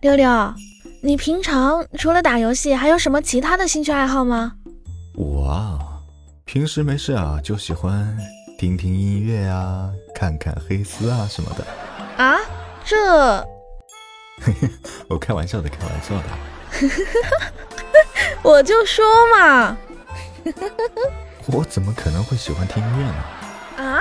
六六，你平常除了打游戏，还有什么其他的兴趣爱好吗？我啊，平时没事啊，就喜欢听听音乐啊，看看黑丝啊什么的。啊，这我开玩笑的，开玩笑的。我就说嘛，我怎么可能会喜欢听音乐呢？啊，